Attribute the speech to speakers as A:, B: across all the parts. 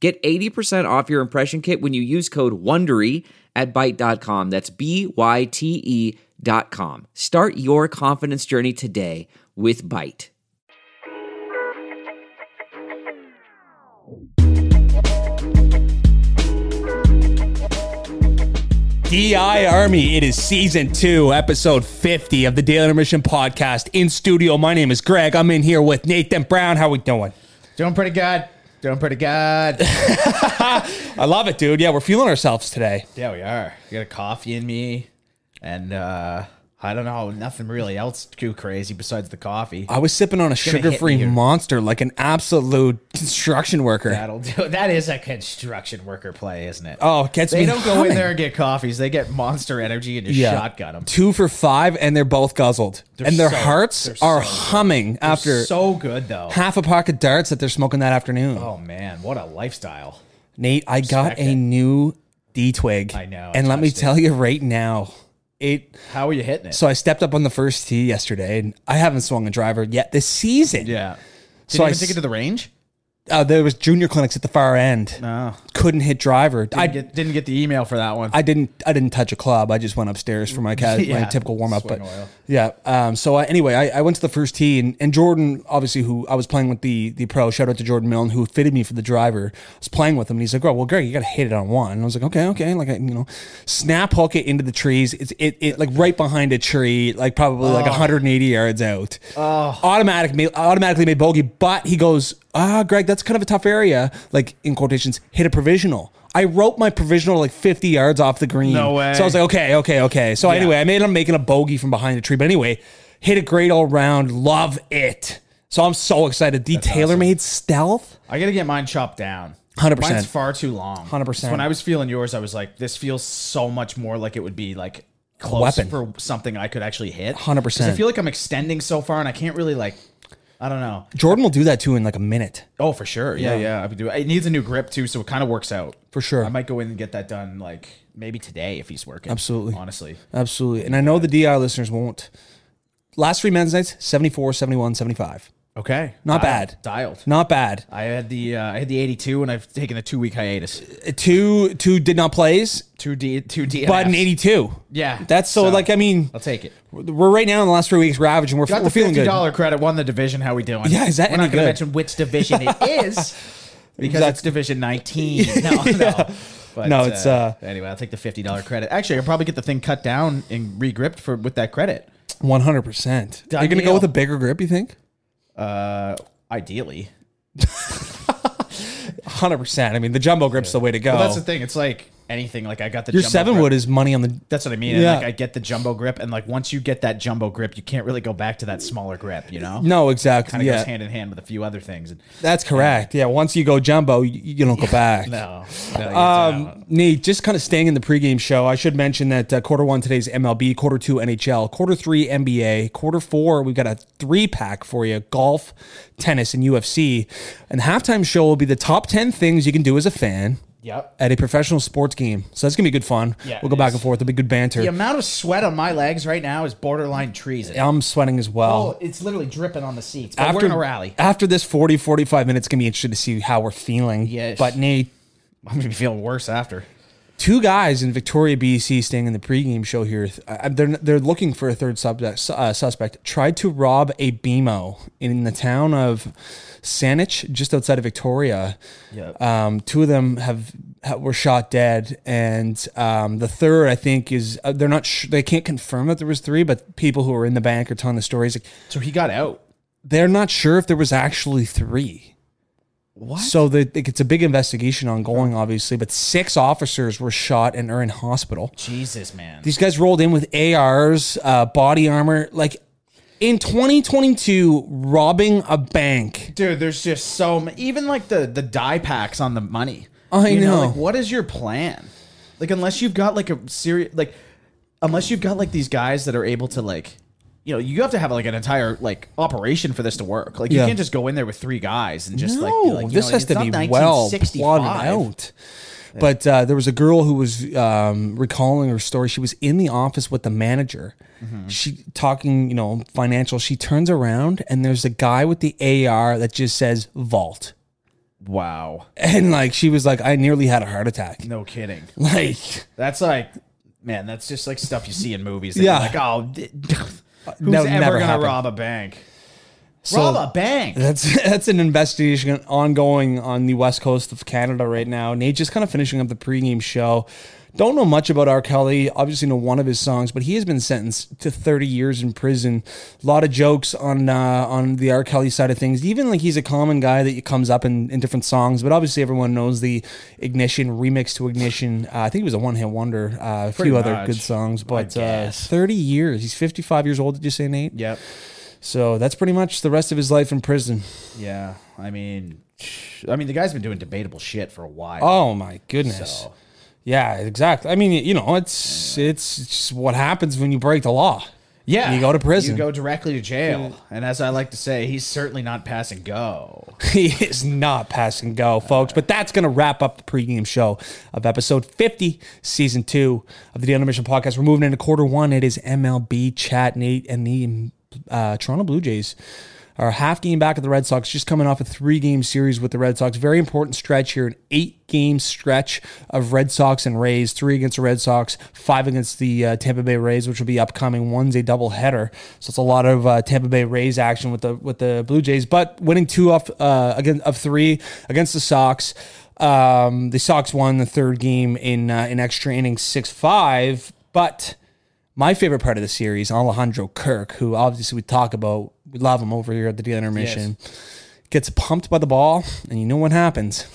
A: Get 80% off your impression kit when you use code WONDERY at Byte.com. That's b y t e dot com. Start your confidence journey today with Byte.
B: DI Army, it is season two, episode 50 of the Daily Intermission Podcast in studio. My name is Greg. I'm in here with Nathan Brown. How we doing?
C: Doing pretty good. Doing pretty good.
B: I love it, dude. Yeah, we're feeling ourselves today.
C: yeah, we are. You got a coffee in me, and uh I don't know, nothing really else too crazy besides the coffee.
B: I was sipping on a
C: hit me
B: sugar free
C: here.
B: monster like an absolute construction worker.
C: That'll do. That is a construction worker play, isn't it?
B: Oh, it gets
C: they
B: me.
C: don't go in
B: humming.
C: there and get coffees. They get Monster Energy and just shotgun them.
B: Two for five, and they're both guzzled. and their
C: so-
B: hearts
C: they're
B: are
C: so good.
B: humming after
C: so good though.
B: half a pack of darts that they're smoking that afternoon.
C: Oh man, what a lifestyle!
B: Nate, I got
C: Respect
B: a
C: it.
B: new D twig.
C: I know, I
B: And let me
C: touched it.
B: tell you right now, it.
C: How are you hitting it?
B: So I stepped up on the first tee yesterday, and I haven't swung a driver yet this season.
C: yeah. Did
B: So
C: you
B: I
C: even take
B: s-
C: it to the range?
B: Uh, there was junior clinics at the far end.
C: No,
B: Couldn't hit driver. I
C: I get, Oh. didn't get the email for that one.
B: I didn't I didn't touch a club. I just went upstairs for my, ca- my
C: Yeah.
B: typical warm up. But
C: Swing oil.
B: yeah. Um, so I, anyway, I, I went to the first tee and, and Jordan, obviously, who I was playing with the the pro. Shout out to Jordan Milne, who fitted me for the driver. I was playing with him, and he's like, "Oh, well, Greg, you got to hit it on one." And I was like, "Okay, okay." Like I, you know, snap hook it into the trees. It's it, it like right behind a tree, like probably like 180 yards out. Oh. Automatic ma- automatically made bogey, but he goes, "Ah, Greg, that's kind of a tough area." Like in quotations, hit a provisional. I roped my provisional like 50 yards off the green.
C: No way.
B: So I was like, okay, okay, okay. So anyway, I made him making a bogey from behind the tree. But anyway, hit a great all round. Love it. So I'm so excited. The tailor made stealth.
C: I gotta get mine chopped down.
B: 100%.
C: Mine's far too long.
B: 100%.
C: When I was feeling yours, I was like, this feels so much more like it would be like close
B: weapon.
C: for something I could actually hit.
B: 100%.
C: 'Cause I feel like I'm extending so far, and I can't really like. I don't know.
B: Jordan will do that too in like a minute.
C: Oh, for sure. Yeah, yeah. I would do. It needs a new grip too, so it kind of works out.
B: For sure.
C: I might go in and get that done, like maybe today if he's working.
B: Absolutely.
C: Honestly,
B: Absolutely. And I know the DI listeners won't. Last three men's nights 74, 71, 75.
C: okay.
B: Not
C: Dialed.
B: bad.
C: Dialed.
B: Not bad.
C: I had the uh, I had the 82, and I've taken a two week hiatus.
B: Two two did not plays,
C: Two D, two D.
B: but an 82.
C: Yeah.
B: That's so,
C: So-
B: like, I mean,
C: I'll take it.
B: we're right now in the last three weeks ravaging. We're,
C: Got
B: we're
C: the
B: feeling
C: fifty
B: good.
C: dollar credit. Won the division. How we doing?
B: Yeah, is that
C: We're
B: any
C: not going
B: good?
C: to mention which division it is because
B: That's-
C: it's division nineteen. No, no. But,
B: No, it's, uh,
C: anyway. I'll take the fifty dollar credit. Actually, I will probably get the thing cut down and regripped for with that credit.
B: One hundred percent. Are
C: Done
B: you gonna go
C: deal.
B: with a bigger grip? You think?
C: Uh, ideally,
B: Hundred percent. I mean, the jumbo grip's the way to go.
C: but that's the thing. It's like anything. Like I got the
B: Oh. Your
C: jumbo
B: seven
C: grip.
B: wood is money on the.
C: That's what I mean. And,
B: Yeah.
C: like I get the jumbo grip, and like once you get that jumbo grip, you can't really go back to that smaller grip. You know,
B: No,
C: kind
B: exactly.
C: of
B: Yeah,
C: goes hand in hand with a few other things. And,
B: that's correct. Yeah, once you go jumbo, you, you don't go back.
C: no, no, you don't.
B: Um, Nate, just kind of staying in the pregame show, I should mention that uh, quarter one today's MLB, quarter two NHL, quarter three NBA, quarter four we've got a three pack for you: golf, tennis, and UFC. And the halftime show will be the top ten things you can do as a fan.
C: Yep.
B: At a professional sports game, so that's gonna be good fun.
C: Yeah,
B: we'll go
C: it
B: back
C: is.
B: and forth. It'll be good banter.
C: The amount of sweat on my legs right now is borderline treason.
B: I'm sweating as well.
C: Oh, it's literally dripping on the seats. But we're gonna rally.
B: After this 40, 45 minutes, it's going to be interesting to see how we're feeling.
C: Yes.
B: But Nate,
C: I'm gonna be feeling worse after.
B: two guys in Victoria, BC, staying in the pregame show here. uh, They're they're looking for a third subject, uh, suspect. Tried to rob a BMO in the town of Saanich, just outside of Victoria.
C: Yep.
B: Um, two of them have, have were shot dead, and um, the third, I think, is uh, they're not sh- they can't confirm that there was three, but people who are in the bank are telling the stories. Like,
C: So he got out.
B: they're not sure if there was actually three.
C: What?
B: So the, it's a big investigation ongoing, obviously, but six officers were shot and are in hospital.
C: Jesus, man.
B: These guys rolled in with ARs, uh, body armor. Like in 2022 robbing a bank.
C: Dude, there's just so ma- even like the the die packs on the money.
B: I know.
C: Like, what is your plan? Like, unless you've got like a serious like, unless you've got like these guys that are able to like, you know, you have to have like an entire like operation for this to work. Like, you
B: Yeah.
C: can't just go in there with three guys and just
B: No,
C: like, be like, you
B: this
C: know,
B: has
C: it's
B: to
C: not
B: be well
C: 1965.
B: plotted out. But uh, there was a girl who was um, recalling her story. She was in the office with the manager.
C: Mm-hmm.
B: She talking, you know, financial. She turns around and there's a guy with the AR that just says vault.
C: Wow,
B: And like she was like, I nearly had a heart attack.
C: no kidding.
B: Like
C: That's like, man, that's just like stuff you see in movies. that
B: Yeah.
C: you're like, oh, d- who's
B: That would
C: ever
B: never
C: gonna
B: happen.
C: rob a bank?
B: So-
C: rob a bank.
B: That's that's an investigation ongoing on the west coast of Canada right now. Nate just kind of finishing up the pregame show. Don't know much about R. Kelly. Obviously, know one of his songs, but he has been sentenced to 30 years in prison. A lot of jokes on uh, on the R. Kelly side of things. Even like he's a common guy that comes up in, in different songs, but obviously everyone knows the Ignition remix to Ignition. Uh, I think it was a one hit wonder. Uh, a few other
C: much,
B: good songs, but uh,
C: guess.
B: 30 years. He's 55 years old. Did you say Nate?
C: Yep.
B: So that's pretty much the rest of his life in prison.
C: Yeah, I mean, I mean, the guy's been doing debatable shit for a while.
B: Oh my goodness.
C: So-
B: Yeah, exactly. I mean, you know, it's it's just what happens when you break the law.
C: yeah,
B: you go to prison.
C: You go Mm. directly to jail, and as I like to say, he's certainly not passing go.
B: he is not passing go, folks. But that's going to wrap up the pregame show of episode 50, season two of the Daily Mission podcast. We're moving into quarter one. It is MLB chat, Nate, and the uh, Toronto Blue Jays are half game back of the Red Sox, just coming off a three game series with the Red Sox. Very important stretch here, an eight game stretch of Red Sox and Rays, three against the Red Sox, five against the uh, Tampa Bay Rays, which will be upcoming. One's a doubleheader, so it's a lot of uh, Tampa Bay Rays action with the with the Blue Jays. But winning two off uh, again of three against the Sox. Um, the Sox won the third game in uh, in extra innings, six five. But my favorite part of the series, Alejandro Kirk, who obviously we talk about, we love him over here at the Daily Intermission, gets pumped by the ball, and you know what happens.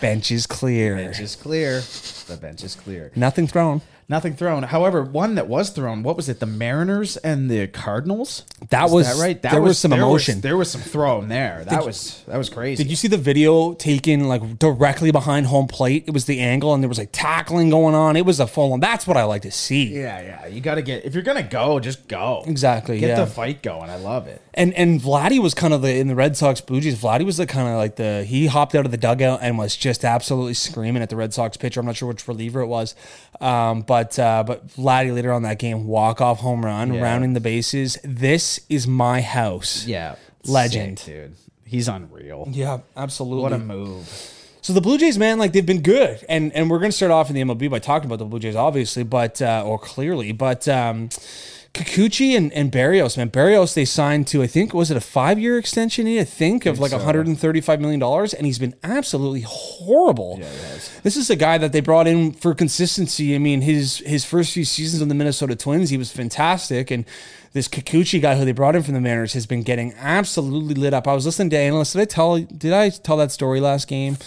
B: Bench is clear.
C: Bench is clear. The bench is clear.
B: Nothing thrown.
C: Nothing thrown. However, one that was thrown. What was it? The Mariners and the Cardinals.
B: That
C: Is
B: was-
C: right.
B: there was some emotion.
C: there was some thrown there. That was that was crazy.
B: Did you see the video taken like directly behind home plate? It was the angle, and there was like tackling going on. It was a full on. That's what I like to see.
C: yeah, yeah. You got to get if you're gonna go, just go.
B: Exactly,
C: Get
B: yeah.
C: the fight going. I love it.
B: And and Vladdy was kind of the in the Red Sox Blue Jays. Vladdy was the kind of like the he hopped out of the dugout and was just absolutely screaming at the Red Sox pitcher. I'm not sure which reliever it was, um, but uh, but Vladdy later on that game walk off home run,
C: Yeah.
B: rounding the bases. This is my house.
C: Yeah,
B: Legend.
C: Sick, dude. He's unreal.
B: Yeah, absolutely.
C: What a move.
B: So the Blue Jays, man, like they've been good, and and we're gonna start off in the MLB by talking about the Blue Jays, obviously, but uh, or clearly, but um, Kikuchi and, and Barrios, man, Barrios they signed to I think was it a five year extension? I think of like 135 million dollars, and he's been absolutely horrible. This is a guy that they brought in for consistency. I mean, his his first few seasons on the Minnesota Twins, he was fantastic, and this Kikuchi guy who they brought in from the Mariners has been getting absolutely lit up. I was listening to analysts. Did I tell did I tell that story last game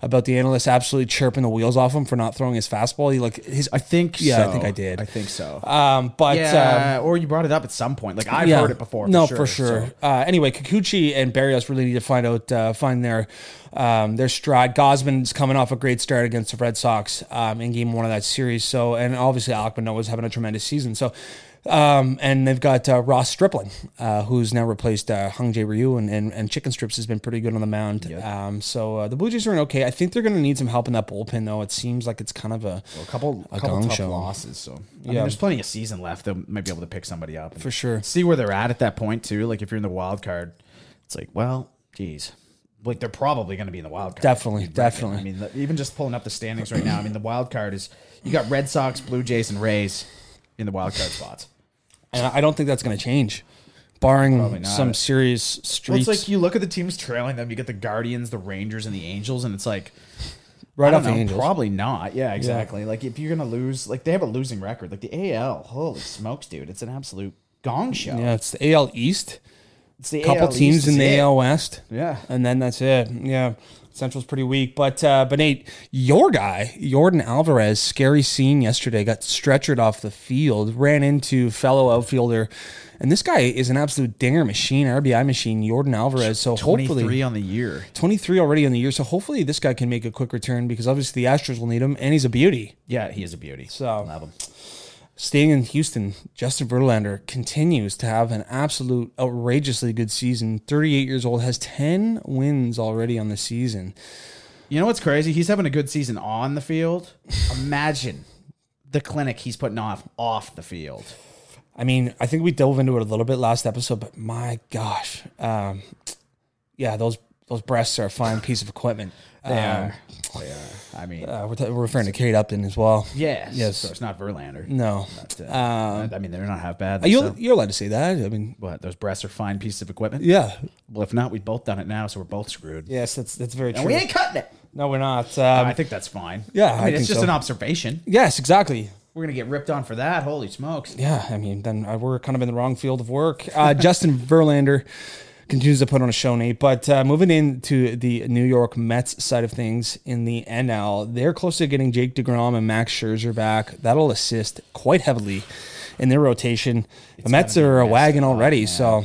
B: about the analysts absolutely chirping the wheels off him for not throwing his fastball? He like his
C: I think
B: yeah,
C: so.
B: I think I did.
C: I think so.
B: um, but um,
C: yeah, or you brought it up at some point. Like I've
B: yeah.
C: heard it before.
B: No, for sure.
C: so.
B: Uh, anyway, Kikuchi and Barrios really need to find out, uh, find their um, their stride. Gosman's coming off a great start against the Red Sox um, in Game One of that series. So, and obviously Alcmanoa was having a tremendous season. So. Um, and they've got uh, Ross Stripling, uh, who's now replaced uh, Hung Jae Ryu, and, and, and Chicken Strips has been pretty good on the mound. Um, so uh, the Blue Jays are in okay. I think they're going to need some help in that bullpen, though. It seems like it's kind of a
C: A couple,
B: A
C: a couple
B: gong
C: tough
B: show.
C: losses. So I mean,
B: Yeah.
C: there's plenty of season left. They might be able to pick somebody up and
B: For sure.
C: See where they're at at that point too. Like if you're in the wild card, it's like, well, geez, like they're probably going to be in the wild card.
B: Definitely,
C: You'd reckon.
B: definitely.
C: I mean, the- even just pulling up the standings right now. I mean, the wild card is you got Red Sox, Blue Jays, and Rays in the wild card spots.
B: and I don't think that's going to change, barring
C: not.
B: some serious
C: Well,
B: streaks.
C: it's like you look at the teams trailing them. You get the Guardians, the Rangers, and the Angels, and it's like
B: right
C: I
B: off
C: don't
B: the
C: know,
B: Angels.
C: Probably not. Yeah, exactly. Like if you're gonna lose, like they have a losing record. Like the AL, holy smokes, dude, it's an absolute gong show.
B: Yeah, it's the AL East,
C: It's the
B: couple
C: AL East,
B: teams in
C: it's
B: the
C: it.
B: AL West.
C: Yeah.
B: and then that's it. Yeah, Central's pretty weak, but uh, but Nate, your guy Jordan Alvarez, scary scene yesterday. Got stretchered off the field, ran into fellow outfielder, and this guy is an absolute dinger machine, RBI machine. Jordan Alvarez. So hopefully,
C: 23 on the year.
B: 23 already in the year. So hopefully this guy can make a quick return because obviously the Astros will need him, and he's a beauty.
C: Yeah, he is a beauty.
B: So-
C: love him.
B: Staying in Houston, Justin Verlander continues to have an absolute outrageously good season. 38 years old, has 10 wins already on the season.
C: You know what's crazy? He's having a good season on the field. Imagine the clinic he's putting off off the field.
B: I mean, I think we dove into it a little bit last episode, but my gosh, um, yeah, those those breasts are a fine piece of equipment. They
C: They are. Oh, I mean,
B: Uh, we're, t- we're referring to Kate Upton as well.
C: yes,
B: yes.
C: So it's not Verlander.
B: No,
C: But, uh, I mean, they're not half bad.
B: you're
C: so-
B: you're allowed to say that. I mean,
C: What? Those breasts are fine pieces of equipment.
B: yeah,
C: Well, if not, we've both done it now, so we're both screwed.
B: yes, that's that's very
C: And
B: true.
C: we ain't cutting it.
B: no, we're not. Um,
C: I think that's fine.
B: yeah,
C: I mean,
B: I
C: it's
B: think
C: just
B: so.
C: an observation.
B: yes, exactly.
C: We're gonna get ripped on for that. Holy smokes!
B: yeah, I mean, then I- we're kind of in the wrong field of work. Uh, Justin Verlander continues to put on a show, Nate. But uh, moving into the New York Mets side of things in the NL, they're close to getting Jake DeGrom and Max Scherzer back. That'll assist quite heavily in their rotation. the Mets
C: gotta be
B: are a
C: nice.
B: wagon already,
C: Oh,
B: so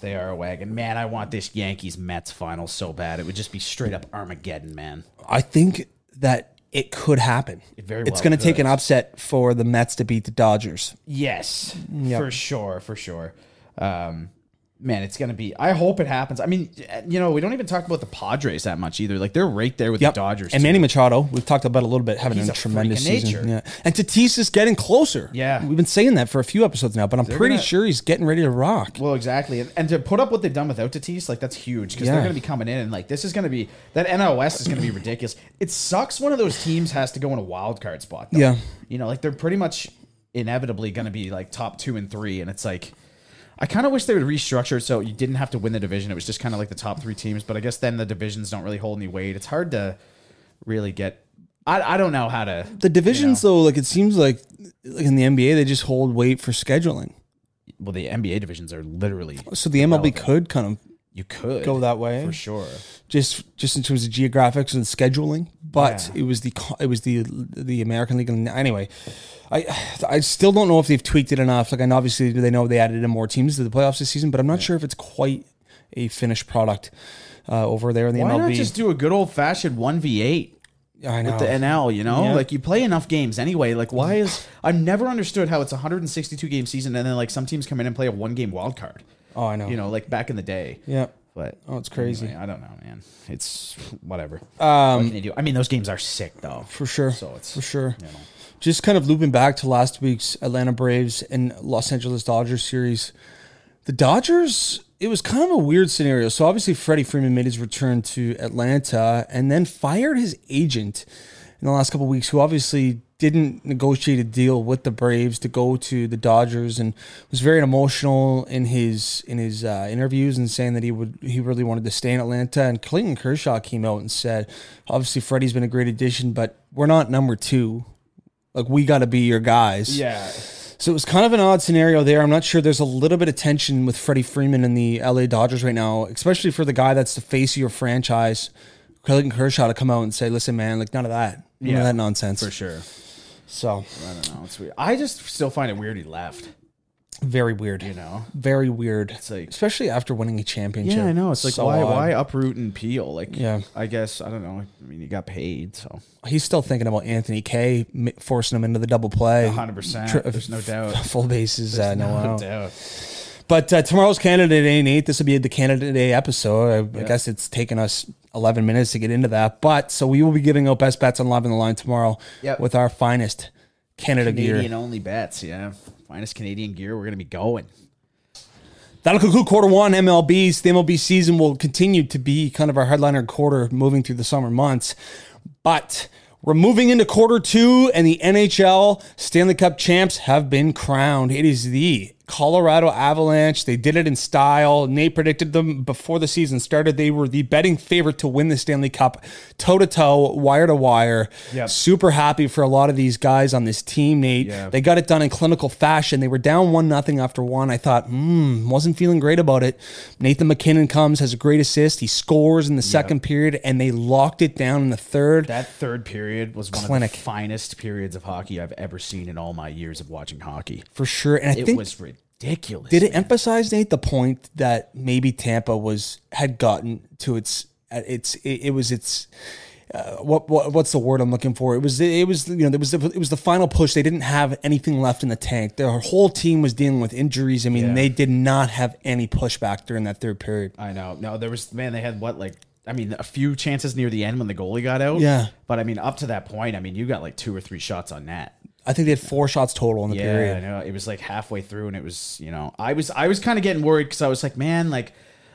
C: They are a wagon, man. I want this Yankees Mets final so bad. It would just be straight up Armageddon, man.
B: I think that it could happen.
C: very
B: it's
C: well
B: going to take
C: could.
B: an upset for the Mets to beat the Dodgers.
C: Yes, for sure, for sure. Um, man, it's gonna be. I hope it happens. I mean, you know, we don't even talk about the Padres that much either. Like they're right there with
B: Yep.
C: the Dodgers.
B: and
C: too.
B: Manny Machado. We've talked about a little bit having a
C: He's a freak
B: tremendous
C: of
B: season.
C: nature.
B: Yeah, and Tatis is getting closer.
C: Yeah.
B: we've been saying that for a few episodes now, but I'm pretty
C: gonna-
B: sure he's getting ready to rock.
C: Well, exactly, and, and to put up what they've done without Tatis, like that's huge because
B: Yeah.
C: they're going to be coming in and like this is going to be that NLS is going to be ridiculous. It sucks one of those teams has to go in a wild card spot. Though.
B: Yeah.
C: you know, like they're pretty much inevitably going to be like top two and three, and it's like I kind of wish they would restructure it so you didn't have to win the division. It was just kind of like the top three teams, but I guess then the divisions don't really hold any weight. It's hard to really get. I, I don't know how to.
B: The divisions, though, like it seems like, like in the NBA, they just hold weight for scheduling.
C: Well, the NBA divisions are literally
B: So the MLB could kind of
C: you could
B: go that way,
C: for sure.
B: just just in terms of geographics and scheduling. But it was the co- it was the the American League. and Anyway, I I still don't know if they've tweaked it enough. Like, and obviously they know they added in more teams to the playoffs this season, but I'm not sure if it's quite a finished product uh, over there in the
C: Why
B: MLB.
C: not just do a good old fashioned one v eight
B: I know.
C: with the NL? You know,
B: Yeah.
C: like you play enough games anyway. Like, why is I've never understood how it's a 162 game season and then like some teams come in and play a one game wild card.
B: oh, I know.
C: You know, like back in the day.
B: Yeah.
C: But
B: Oh, it's crazy.
C: anyway, I don't know, man. It's whatever. Um, what can you do? I mean, those games are sick though.
B: For sure.
C: So it's-
B: for sure. Just kind of looping back to last week's Atlanta Braves and Los Angeles Dodgers series. The Dodgers, it was kind of a weird scenario. So obviously Freddie Freeman made his return to Atlanta and then fired his agent in the last couple of weeks, who obviously didn't negotiate a deal with the Braves to go to the Dodgers and was very emotional in his in his uh, interviews and saying that he would he really wanted to stay in Atlanta. And Clayton Kershaw came out and said, obviously Freddie's been a great addition, but we're not number two. Like we got to be your guys.
C: Yeah.
B: So it was kind of an odd scenario there. I'm not sure. There's a little bit of tension with Freddie Freeman and the LA Dodgers right now, especially for the guy that's the face of your franchise, Clayton Kershaw, to come out and say, "Listen, man, like none of that, none
C: Yeah,
B: of that nonsense."
C: For sure.
B: So
C: I don't know. It's weird. I just still find it weird he left.
B: very weird,
C: You know.
B: very weird.
C: like-
B: especially after winning a championship.
C: Yeah, I know. It's like
B: So
C: why
B: odd.
C: why uproot and peel? Like
B: Yeah.
C: I guess I don't know. I mean, he got paid, so
B: He's still thinking about Anthony K forcing him into the double play.
C: 100%. There's no doubt.
B: Full bases, uh, no, out.
C: doubt.
B: But uh, tomorrow's candidate day, Nate. This will be the candidate day episode. I, I guess it's taken us 11 minutes to get into that. But so we will be giving out best bets on live on the line tomorrow
C: Yep.
B: with our finest Canada
C: Canadian
B: gear.
C: only bets, yeah. Finest Canadian gear, we're gonna be going.
B: That'll conclude quarter one MLBs. The MLB season will continue to be kind of our headliner quarter moving through the summer months. But we're moving into quarter two, and the NHL Stanley Cup champs have been crowned. It is the Colorado Avalanche. They did it in style. Nate predicted them before the season started. They were the betting favorite to win the Stanley Cup, toe to toe, wire to wire.
C: Yep.
B: Super happy for a lot of these guys on this team, Nate.
C: Yeah.
B: They got it done in clinical fashion. They were down one nothing after one. I thought, hmm, wasn't feeling great about it. Nathan McKinnon comes, has a great assist. He scores in the second period, and they locked it down in the third.
C: That third period was one
B: Clinic.
C: of the finest periods of hockey I've ever seen in all my years of watching hockey.
B: for sure. And I
C: It
B: think
C: was ridiculous.
B: Did it emphasize Nate the point that maybe Tampa was had gotten to its at its it, it was its uh, what, what what's the word I'm looking for? It was it was you know there was the, it was the final push. They didn't have anything left in the tank. Their whole team was dealing with injuries. I mean,
C: Yeah.
B: they did not have any pushback during that third period.
C: I know. No, there was man. They had what like I mean a few chances near the end when the goalie got out.
B: Yeah.
C: But I mean up to that point, I mean you got like two or three shots on net.
B: I think they had four shots total in the
C: Yeah,
B: period.
C: I know. It was like halfway through, and it was you know I was I was kind of getting worried because I was like, man, like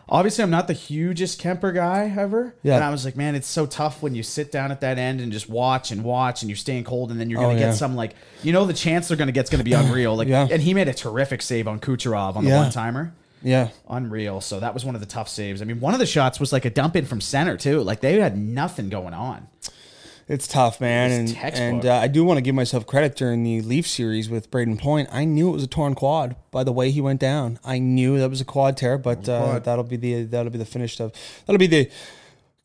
C: obviously I'm not the hugest Kemper guy ever.
B: Yeah.
C: And I was like, man, it's so tough when you sit down at that end and just watch and watch, and you're staying cold, and then you're gonna
B: Oh, yeah.
C: get some like you know the chance they're gonna get's gonna be unreal. Like,
B: Yeah.
C: and he made a terrific save on Kucherov on the
B: Yeah.
C: one timer.
B: Yeah.
C: Unreal. So that was one of the tough saves. I mean, one of the shots was like a dump in from center too. Like they had nothing going on.
B: It's tough, man.
C: It's
B: and
C: textbook.
B: and uh, I do want to give myself credit during the Leaf series with Braden Point. I knew it was a torn quad by the way he went down. I knew that was a quad tear, but uh, that'll be the that'll be the finished of that'll be the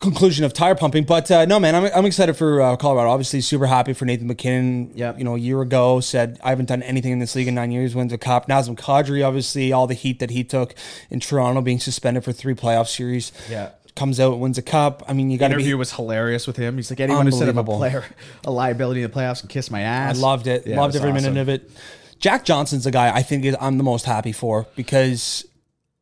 B: conclusion of tire pumping. But uh, no, man, I'm, I'm excited for uh, Colorado. Obviously, super happy for Nathan McKinnon.
C: Yep.
B: you know, a year ago said I haven't done anything in this league in nine years. Wins a cup. Nazem Kadri, obviously, all the heat that he took in Toronto, being suspended for three playoff series.
C: Yeah.
B: Comes out, wins a cup. I mean, you got to be
C: Interview was hilarious with him. He's like, anyone who said I'm a
B: Unbelievable.
C: player, a liability in the playoffs, can kiss my
B: I
C: ass.
B: loved it.
C: Yeah,
B: loved
C: was
B: every
C: awesome.
B: minute of it. Jack Johnson's the guy I think is, I'm the most happy for because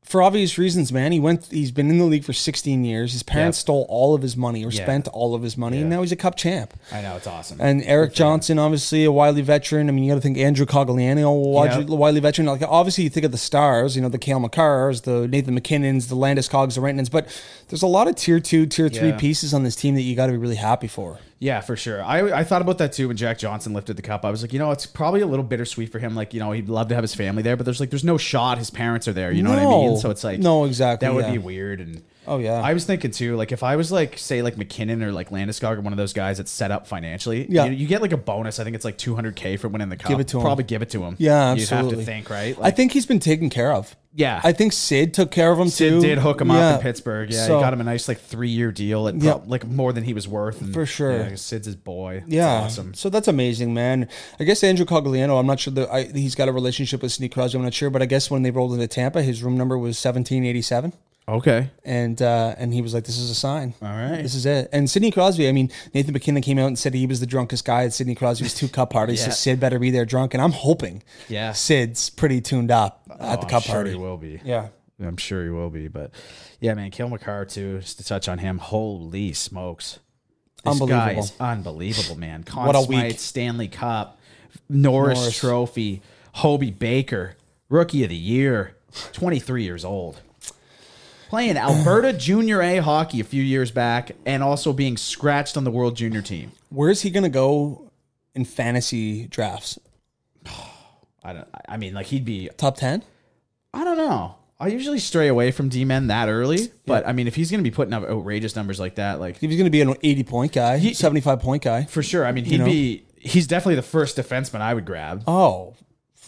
B: for obvious reasons, man. He went he's been in the league for 16 years. His parents
C: Yep.
B: stole all of his money or
C: Yeah.
B: spent all of his money and now he's a cup champ.
C: I know it's awesome.
B: And Eric Johnson, obviously a Wiley veteran. I mean, you got to think Andrew Cogliano, a Wiley,
C: Yep.
B: Wiley veteran. Like obviously, you think of the stars, you know, the Kale McCars, the Nathan McKinnons, the Landis Cogs, the Rentons. But there's a lot of tier two, tier three
C: Yeah.
B: pieces on this team that you got to be really happy for.
C: yeah, for sure. I, I thought about that too when Jack Johnson lifted the cup. I was like, you know, it's probably a little bittersweet for him. Like, you know, he'd love to have his family there, but there's like, there's no shot. His parents are there. You know what I
B: No.
C: mean? So it's like,
B: No, exactly,
C: That would
B: yeah.
C: be weird. And
B: Oh, yeah.
C: I was thinking too, like if I was like, say, like McKinnon or like Landeskog or one of those guys that's set up financially,
B: Yeah.
C: you, you get like a bonus. I think it's like 200k for winning the cup.
B: Give it to him.
C: Probably give it to him.
B: Yeah,
C: You'd
B: absolutely.
C: have to think, right?
B: I think he's been taken care of.
C: Yeah.
B: I think Sid took care of him
C: Sid
B: too.
C: did hook him
B: Yeah.
C: up in Pittsburgh. Yeah,
B: So-
C: he got him a nice like three year deal at
B: Yeah.
C: prob- like more than he was worth. And,
B: For sure.
C: yeah, Sid's his boy. It's
B: Yeah,
C: awesome.
B: So that's amazing, man. I guess Andrew Cogliano. I'm not sure that I, he's got a relationship with Sidney Crosby. I'm not sure, but I guess when they rolled into Tampa, his room number was 1787,
C: Okay.
B: and uh, and he was like, "This is a sign. All
C: right.
B: this is it." And Sidney Crosby. I mean, Nathan McKinnon came out and said he was the drunkest guy at Sidney Crosby's two cup parties. So
C: Yeah.
B: Sid better be there drunk, and I'm hoping.
C: Yeah.
B: Sid's pretty tuned up at the
C: Oh,
B: cup
C: I'm sure
B: party.
C: he will be.
B: Yeah.
C: I'm sure he will be. But yeah, man, Kill McCarr too. Just to touch on him, holy smokes, this guy
B: Unbelievable.
C: is unbelievable, man. Conn
B: What a
C: Smythe,
B: week.
C: Stanley Cup, Norris,
B: Norris.
C: Trophy, Hobie Baker, Rookie of the Year, 23 years old. Playing Alberta Junior A hockey a few years back, and also being scratched on the World Junior team.
B: Where is he gonna go in fantasy drafts?
C: I don't. I mean, like he'd be.
B: Top ten?
C: I don't know. I usually stray away from D men that early, but I mean, if he's going to be putting up outrageous numbers like that, like
B: He was going to be an 80 point guy, 75 point guy.
C: for sure. I mean, he'd
B: know?
C: be. He's definitely the first defenseman I would grab.
B: Oh,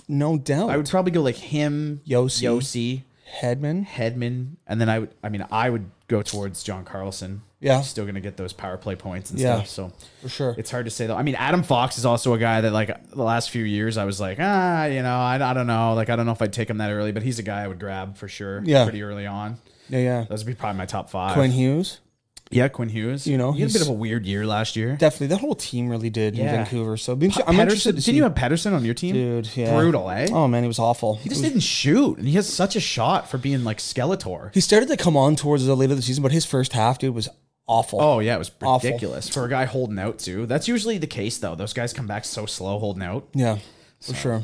B: no doubt.
C: I would probably go like him,
B: Yossi.
C: Yossi,
B: Headman.
C: Hedman, and then I would. I mean, I would go towards John Carlson.
B: Yeah.
C: He's still going to get those power play points and
B: Yeah.
C: stuff. So
B: For sure.
C: It's hard to say though. I mean, Adam Fox is also a guy that like the last few years I was like, ah, you know, I, I don't know, like I don't know if I'd take him that early, but he's a guy I would grab for sure.
B: Yeah.
C: pretty early on.
B: Yeah, yeah.
C: Those would be probably my top five.
B: Quinn Hughes.
C: yeah, Quinn Hughes.
B: You know,
C: he had a bit
B: he's-
C: of a weird year last year.
B: Definitely. That whole team really did in
C: Yeah.
B: Vancouver. So be- I'm
C: Pedersen,
B: interested to
C: didn't
B: see.
C: you have Pedersen on your team?
B: Dude, yeah.
C: brutal, eh?
B: oh, man, he was awful. He,
C: He
B: was-
C: just didn't shoot, and he has such a shot for being like Skeletor.
B: he started to come on towards the later of the season, but his first half, dude, was awful.
C: Oh yeah, it was
B: Awful.
C: ridiculous for a guy holding out too. That's usually the case though. Those guys come back so slow holding out.
B: Yeah, for sure.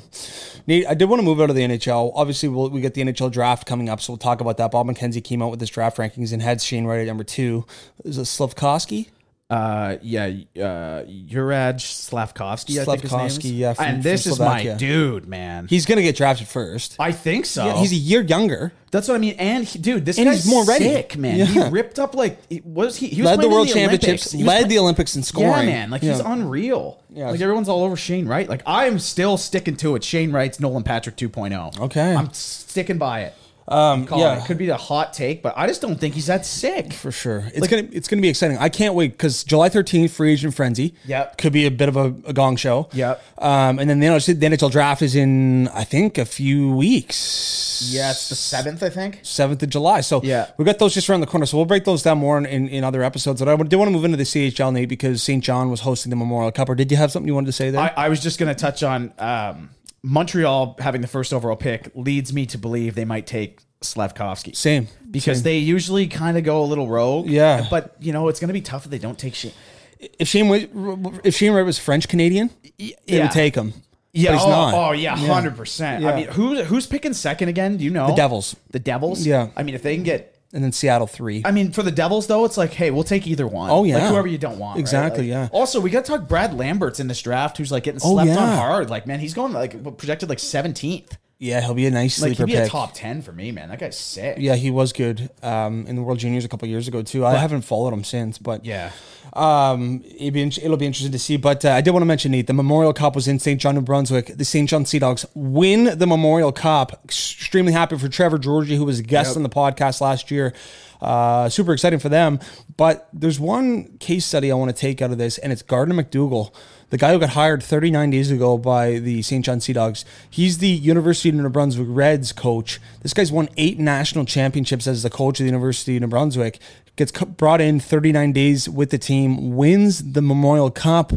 B: Nate, I did want to move out of the NHL. Obviously, we'll, we get the NHL draft coming up, so we'll talk about that. Bob McKenzie came out with his draft rankings and had Shane Wright at number two. Is it Slavkovsky?
C: Uh, yeah, uh, Juraj Slavkovsky. I think his name is.
B: Slavkovsky, yeah, from-
C: and
B: from
C: this is my
B: Slovakia.
C: dude, man.
B: He's gonna get drafted first.
C: I think so.
B: Yeah, he's a year younger.
C: That's what I mean. And he, dude, this
B: And
C: guy's
B: he's more ready.
C: sick, man.
B: Yeah.
C: He ripped up like it was he? he was
B: led the
C: playing in
B: world
C: Olympics.
B: championships.
C: He was
B: Led
C: playing-
B: the Olympics in scoring.
C: Yeah, man. Like
B: Yeah.
C: he's unreal.
B: Yeah.
C: Like everyone's all over Shane Wright. Like I'm still sticking to it. Shane Wright's Nolan Patrick 2.0.
B: Okay.
C: I'm sticking by it.
B: Um,
C: Colin,
B: yeah,
C: It could be the hot take, but I just don't think he's that sick.
B: for sure. It's gonna it's gonna be exciting. I can't wait because July thirteenth, free agent frenzy.
C: Yep.
B: could be a bit of a, a gong show.
C: Yep.
B: Um, and then the NHL, the NHL draft is in I think a few weeks.
C: Yeah, it's the seventh, I think.
B: 7th of July. So
C: Yeah.
B: we got those just around the corner. So we'll break those down more in, in, in other episodes. But I do want to move into the CHL, Nate, because St. John was hosting the Memorial Cup. Or did you have something you wanted to say there?
C: I, I was just going to touch on um, Montreal having the first overall pick leads me to believe they might take Slavkovsky.
B: Same.
C: Because
B: Same.
C: they usually kind of go a little rogue.
B: Yeah.
C: But, you know, it's going to be tough if they don't take shit.
B: if Shane Wright, if Shane Wright was French Canadian, they
C: yeah.
B: would take him.
C: Yeah.
B: But he's
C: oh,
B: not.
C: oh, yeah, hundred percent. I
B: Yeah.
C: mean, who's who's picking second again? Do you know
B: The Devils.
C: The Devils.
B: Yeah.
C: I mean, if they can get,
B: And then Seattle three.
C: I mean, for the Devils though, it's like, hey, we'll take either one. Oh
B: yeah.
C: like, whoever you don't want. right?
B: Exactly, yeah.
C: Like-
B: Oh,
C: Also, we got to talk Brad Lambert's in this draft, who's like getting slept on
B: yeah.
C: hard. Like, man, he's going like what, projected like seventeenth.
B: yeah, he'll be a nice
C: Like
B: sleeper
C: he'd be a
B: pick.
C: top ten for me, man. That guy's sick.
B: Yeah, he was good um, in the World Juniors a couple years ago too. I haven't followed him since, but
C: Yeah.
B: um, it'd be, it'll be interesting to see. But uh, I did want to mention Nate, the Memorial Cup was in St. John, New Brunswick. The St. John Sea Dogs win the Memorial Cup. Extremely happy for Trevor Georgie, who was a guest on the podcast last year. Uh, super exciting for them. But there's one case study I want to take out of this, and it's Gardner McDougall, the guy who got hired 39 days ago by the St. John Sea Dogs. He's the University of New Brunswick Reds coach. This guy's won eight national championships as the coach of the University of New Brunswick gets cu- brought in 39 days with the team, wins the Memorial Cup.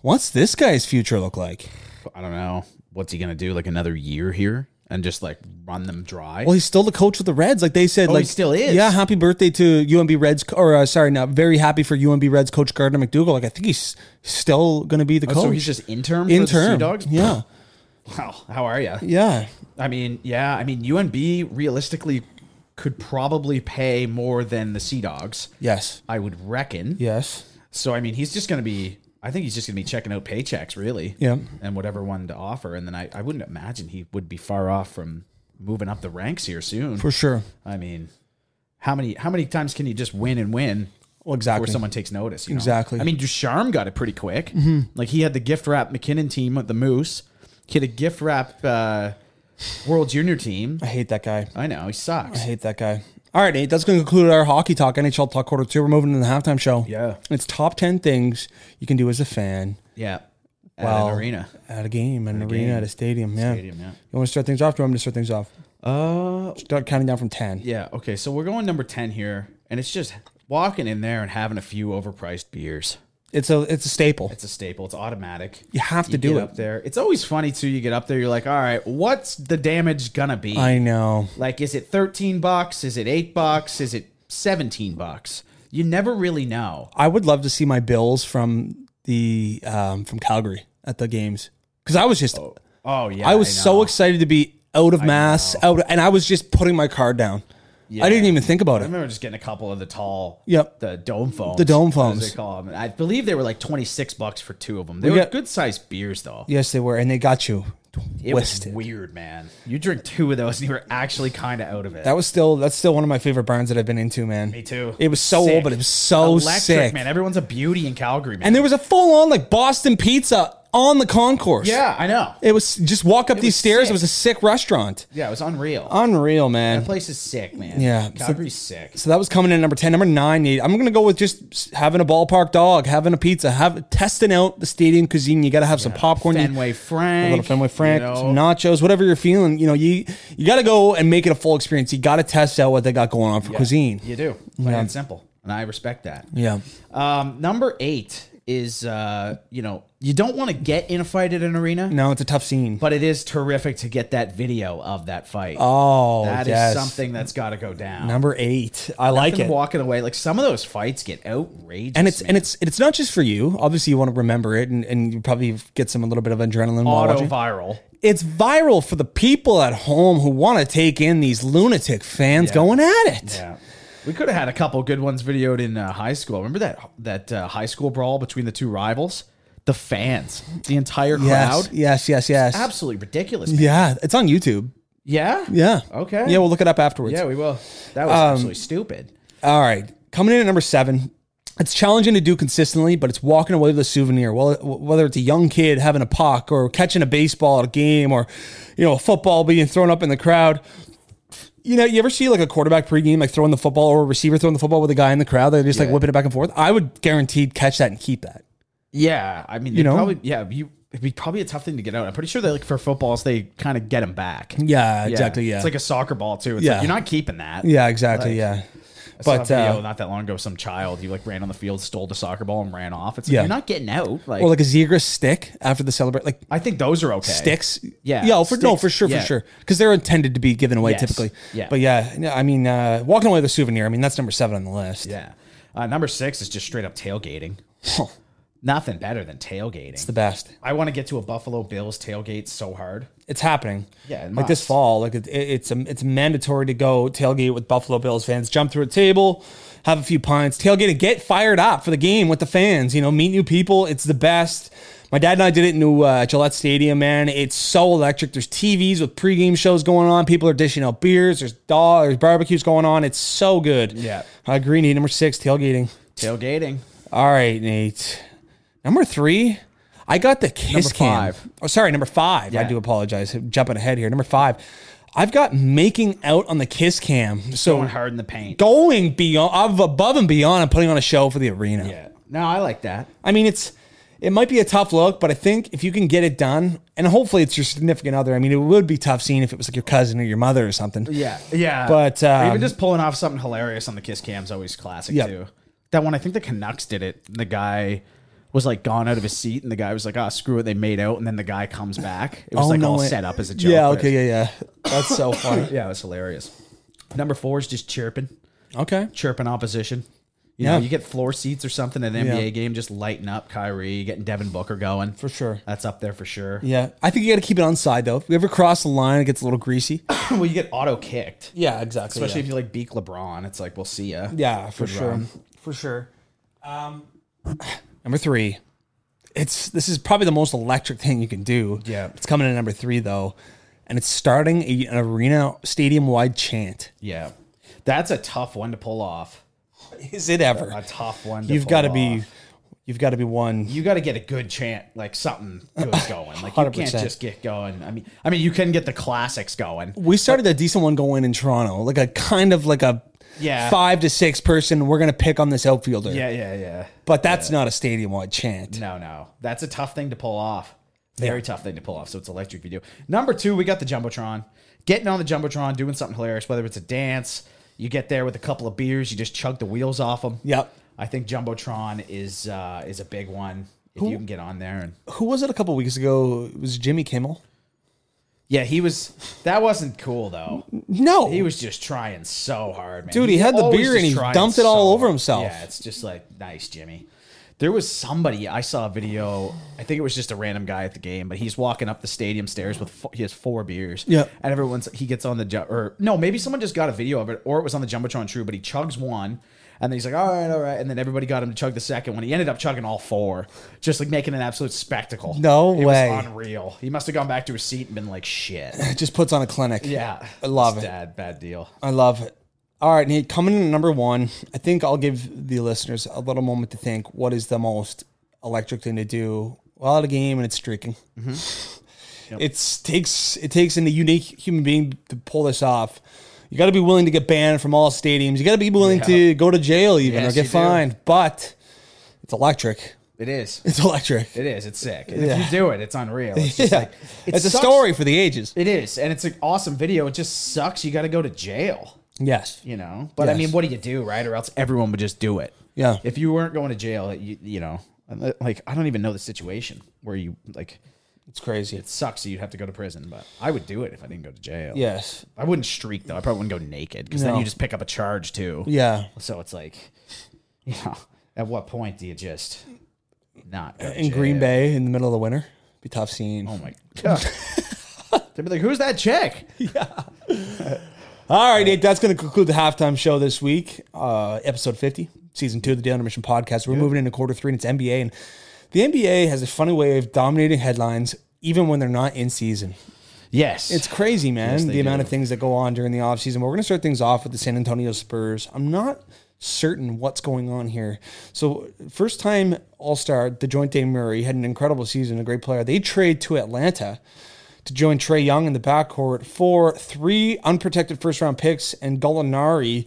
B: What's this guy's future look like?
C: I don't know what's he gonna do. Like another year here and just like run them dry.
B: Well, he's still the coach of the Reds, like they said.
C: Oh, he
B: like
C: still is.
B: Yeah, happy birthday to UMB Reds, co- or uh, sorry, now very happy for UMB Reds coach Gardner McDougall. Like I think he's still going to be the coach.
C: Oh, so he's just interim. for the Sea
B: interim.
C: Dogs.
B: Yeah,
C: Wow. How are you?
B: yeah.
C: I mean, yeah. I mean, UNB realistically could probably pay more than the Sea Dogs.
B: Yes.
C: I would reckon.
B: Yes.
C: So I mean, he's just going to be. I think he's just going to be checking out paychecks, really.
B: Yeah.
C: And whatever one to offer, and then I, I wouldn't imagine he would be far off from moving up the ranks here soon.
B: For sure.
C: I mean, how many how many times can you just win and win?
B: Well,
C: Where
B: exactly.
C: someone takes notice, you know?
B: Exactly. Mm-hmm.
C: I mean, Ducharme got it pretty quick. Like he had the gift wrap McKinnon team with the Moose. He had a gift wrap uh, World Junior team.
B: I hate that guy.
C: I know he sucks.
B: I hate that guy. All right, Nate, that's going to conclude our hockey talk, NHL talk quarter two. We're moving to the halftime show.
C: Yeah.
B: It's top 10 things you can do as a fan
C: Yeah. At
B: Well,
C: an arena.
B: at a game, at an arena, at a stadium. Yeah.
C: Stadium, yeah.
B: You want to start things off? Do you want me to start things off?
C: Uh,
B: Start counting down from 10.
C: yeah. Okay, so we're going number ten here, and it's just walking in there and having a few overpriced beers.
B: It's a it's a staple.
C: It's a staple. It's automatic.
B: You have to do
C: get
B: it.
C: up there. It's always funny too. You get up there, you're like, all right, what's the damage gonna be?
B: I know.
C: Like, is it 13 bucks? Is it 8 bucks? Is it 17 bucks? You never really know.
B: I would love to see my bills from the um, from Calgary at the games because I was just
C: Oh, yeah.
B: I was so
C: know.
B: excited to be out of mass out and I was just putting my card down. I didn't even think about
C: I
B: it.
C: remember just getting a couple of the tall,
B: Yep.
C: the dome phones.
B: The dome
C: phones.
B: phones.
C: They call them. I believe they were like 26 bucks for two of them. They
B: We
C: were
B: got-
C: good sized beers, though.
B: Yes, they were, and they got you
C: it
B: twisted.
C: was weird, man. You drink two of those and you were actually kind of out of it.
B: That was still that's still one of my favorite barns that I've been into, man.
C: Me too.
B: It was so
C: Sick.
B: old, but it was so
C: Electric,
B: sick,
C: man. Everyone's a beauty in Calgary, man.
B: And there was a full on like Boston pizza on the concourse.
C: yeah, I know.
B: It was just walk up these
C: was
B: stairs.
C: sick.
B: It was a sick restaurant.
C: Yeah, it was unreal.
B: Unreal, man.
C: that place is sick, man.
B: Yeah.
C: Calgary's sick.
B: So that was coming in at number 10. Number nine, Nate, I'm going to go with just having a ballpark dog, having a pizza, have testing out the stadium cuisine. You got to have some popcorn. you-
C: Fenway Frank.
B: a little Fenway Frank,
C: you know.
B: some nachos, whatever you're feeling. You know, you you got to go and make it a full experience. You got to test out what they got going on for cuisine.
C: You do. Plain and simple. And I respect that.
B: Yeah.
C: Um, number eight is, uh, you know, you don't want to get in a fight at an arena,
B: No, it's a tough scene.
C: but it is terrific to get that video of that fight.
B: oh,
C: that is
B: yes.
C: something that's got to go down.
B: Number eight. I like
C: Nothing
B: it.
C: walking away. Like some of those fights get outrageous.
B: And it's and it's it's not just for you. Obviously, you want to remember it, and, and you probably get some a little bit of adrenaline while
C: auto
B: watching.
C: viral.
B: it's viral for the people at home who want to take in these lunatic fans going at it.
C: Yeah. We could have had a couple good ones videoed in uh, high school. Remember that that uh, high school brawl between the two rivals? The fans, the entire
B: Yes,
C: crowd.
B: yes, yes, yes.
C: Absolutely ridiculous. man.
B: Yeah, it's on YouTube.
C: Yeah?
B: Yeah. Um,
C: Okay.
B: Yeah, we'll look it up afterwards.
C: Yeah, we will. That was absolutely stupid.
B: All right. Coming in at number seven. It's challenging to do consistently, but it's walking away with a souvenir. Well, whether it's a young kid having a puck or catching a baseball at a game or, you know, a football being thrown up in the crowd. You know, you ever see like a quarterback pregame, like throwing the football or a receiver throwing the football with a guy in the crowd? They're just like whipping it back and forth. I would guaranteed catch that and keep that.
C: Yeah, I mean,
B: You
C: you
B: know?
C: know, probably, yeah, you it'd be probably a tough thing to get out. I'm pretty sure that like for footballs, they kind of get them back.
B: Yeah, exactly. Yeah.
C: it's like a soccer ball too. It's
B: Yeah.
C: like, you're not keeping that.
B: yeah, exactly. yeah.
C: I saw a
B: But,
C: video
B: uh,
C: not that long ago, of some child he like ran on the field, stole the soccer ball, and ran off. It's like,
B: Yeah.
C: you're not getting out. Like,
B: or like a zebra stick after the celebrate, like
C: I think those are okay.
B: sticks.
C: Yeah,
B: yeah, for no,
C: sticks.
B: for sure,
C: Yeah.
B: for sure, because they're intended to be given away
C: Yes.
B: typically.
C: Yeah.
B: but yeah, no, I mean, uh, walking away with a souvenir. I mean, that's number seven on the list.
C: Yeah. Uh, number six is just straight up tailgating. Nothing better than tailgating.
B: It's the best.
C: I want to get to a Buffalo Bills tailgate so hard.
B: It's happening.
C: Yeah, it
B: like
C: must.
B: this fall, like it, it- it's um it's mandatory to go tailgate with Buffalo Bills fans. Jump through a table, have a few pints, tailgate, and get fired up for the game with the fans. You know, meet new people. It's the best. My dad and I did it in uh, Gillette Stadium, man. It's so electric. There's TVs with pregame shows going on. People are dishing out beers. There's dogs. There's barbecues going on. It's so good.
C: Yeah.
B: Uh, Greeny, number six, tailgating.
C: Tailgating.
B: All right, Nate. Number three, I got the kiss
C: Number
B: cam.
C: five.
B: Oh, sorry, number five. I
C: Yeah.
B: do apologize. Jumping ahead here. Number five, I've got making out on the kiss cam. So
C: Going hard in the paint.
B: going beyond, of- above and beyond, and putting on a show for the arena.
C: Yeah. No, I like that.
B: I mean, it's it might be a tough look, but I think if you can get it done, and hopefully it's your significant other. I mean, it would be tough seeing if it was like your cousin or your mother or something.
C: Yeah, yeah.
B: But,
C: Or
B: um,
C: even just pulling off something hilarious on the kiss cam's always classic
B: Yep.
C: too. That one, I think the Canucks did it. The guy was like gone out of his seat, and the guy was like, "Ah, screw it." They made out, and then the guy comes back. It was
B: Oh,
C: like
B: no
C: all
B: way.
C: set up as a joke.
B: Yeah.
C: but
B: Okay.
C: it-
B: Yeah. Yeah. That's so funny.
C: Yeah, it was hilarious. Number four is just chirping,
B: okay.
C: chirping opposition. You
B: Yeah.
C: know, you get floor seats or something at an
B: Yeah.
C: NBA game, just lighting up Kyrie, getting Devin Booker going
B: For sure.
C: That's up there for sure.
B: Yeah, I think you got to keep it on side though. If you ever cross the line, it gets a little greasy.
C: well, you get auto kicked,
B: Yeah, exactly.
C: especially if you like beak LeBron. It's like, we'll see ya.
B: yeah, for sure,
C: run.
B: for sure. Um, number three, it's this is probably the most electric thing you can do.
C: Yeah.
B: it's coming in number three though, and it's starting a, an arena stadium wide chant.
C: Yeah, that's a tough one to pull off.
B: Is it ever?
C: a tough one. To
B: you've got
C: got
B: to be, you've got to be one.
C: You got to get a good chant, like something good going. Like you can't
B: 100%.
C: just get going. I mean, I mean, you can get the classics going.
B: We started a decent one going in Toronto, like a kind of like a
C: Yeah.
B: five to six person. We're gonna pick on this outfielder.
C: Yeah, yeah, yeah.
B: but that's not a stadium wide chant.
C: No, no, that's a tough thing to pull off. Very tough thing to pull off. So it's electric video. Number two, we got the jumbotron. Getting on the jumbotron, doing something hilarious. Whether it's a dance, you get there with a couple of beers, you just chug the wheels off them.
B: Yep.
C: I think jumbotron is uh, is a big one. If you can get on there and
B: who was it a couple weeks ago? It was Jimmy Kimmel.
C: yeah, he was. That wasn't cool though.
B: No,
C: He was just trying so hard, man.
B: Dude, he had the
C: always
B: beer
C: just
B: and he
C: trying
B: dumped it all over himself.
C: Yeah, it's just like nice, Jimmy. There was somebody I saw a video. I think it was just a random guy at the game, but he's walking up the stadium stairs with fo- he has four beers.
B: Yeah.
C: and everyone's he gets on the ju- or no, maybe someone just got a video of it, or it was on the jumbotron. True, but he chugs one, and then he's like, all right, all right, and then everybody got him to chug the second one. He ended up chugging all four, just like making an absolute spectacle.
B: No
C: it
B: way.
C: was unreal. He must have gone back to his seat and been like, shit.
B: just puts on a clinic.
C: Yeah,
B: I love
C: It's
B: it.
C: Bad, bad deal.
B: I love it. All right, Nate, coming in at number one, I think I'll give the listeners a little moment to think. What is the most electric thing to do while at a game? And it's streaking.
C: Mm-hmm.
B: It takes it takes an unique human being to pull this off. You got to be willing to get banned from all stadiums. You got to be willing to go to jail even
C: Yes,
B: or get
C: you do.
B: fined. But it's electric.
C: It is.
B: It's electric.
C: It is. It's sick. And If you do it, it's unreal. It's just
B: yeah,
C: like it
B: it's a
C: sucks-
B: story for the ages.
C: It is, and it's an awesome video. It just sucks. You got to go to jail.
B: Yes.
C: You know. But
B: Yes.
C: I mean, what do you do, right? Or else everyone would just do it.
B: Yeah.
C: If you weren't going to jail, you you know, unle- like I don't even know the situation where you like
B: It's crazy.
C: it sucks. that You'd have to go to prison, but I would do it if I didn't go to jail.
B: yes.
C: I wouldn't streak though. I probably wouldn't go naked because
B: No.
C: then you just pick up a charge too.
B: Yeah.
C: So it's like, you know, at what point do you just not go to
B: In Green
C: jail?
B: Bay in the middle of the winter. Be tough scene.
C: Oh my god. They'd be like, who's that chick?
B: All right, Nate, that's going to conclude the halftime show this week. uh, episode 50, season two of the Daily Intermission podcast. We're moving into quarter three, and it's NBA. And the NBA has a funny way of dominating headlines, even when they're not in season.
C: Yes.
B: It's crazy, man,
C: they
B: the amount
C: do.
B: of things that go on during the offseason. We're going to start things off with the San Antonio Spurs. I'm not certain what's going on here. So, first time All Star, DeJounte Murray had an incredible season, a great player. They trade to Atlanta to join Trey Young in the backcourt for three unprotected first round picks and Gallinari.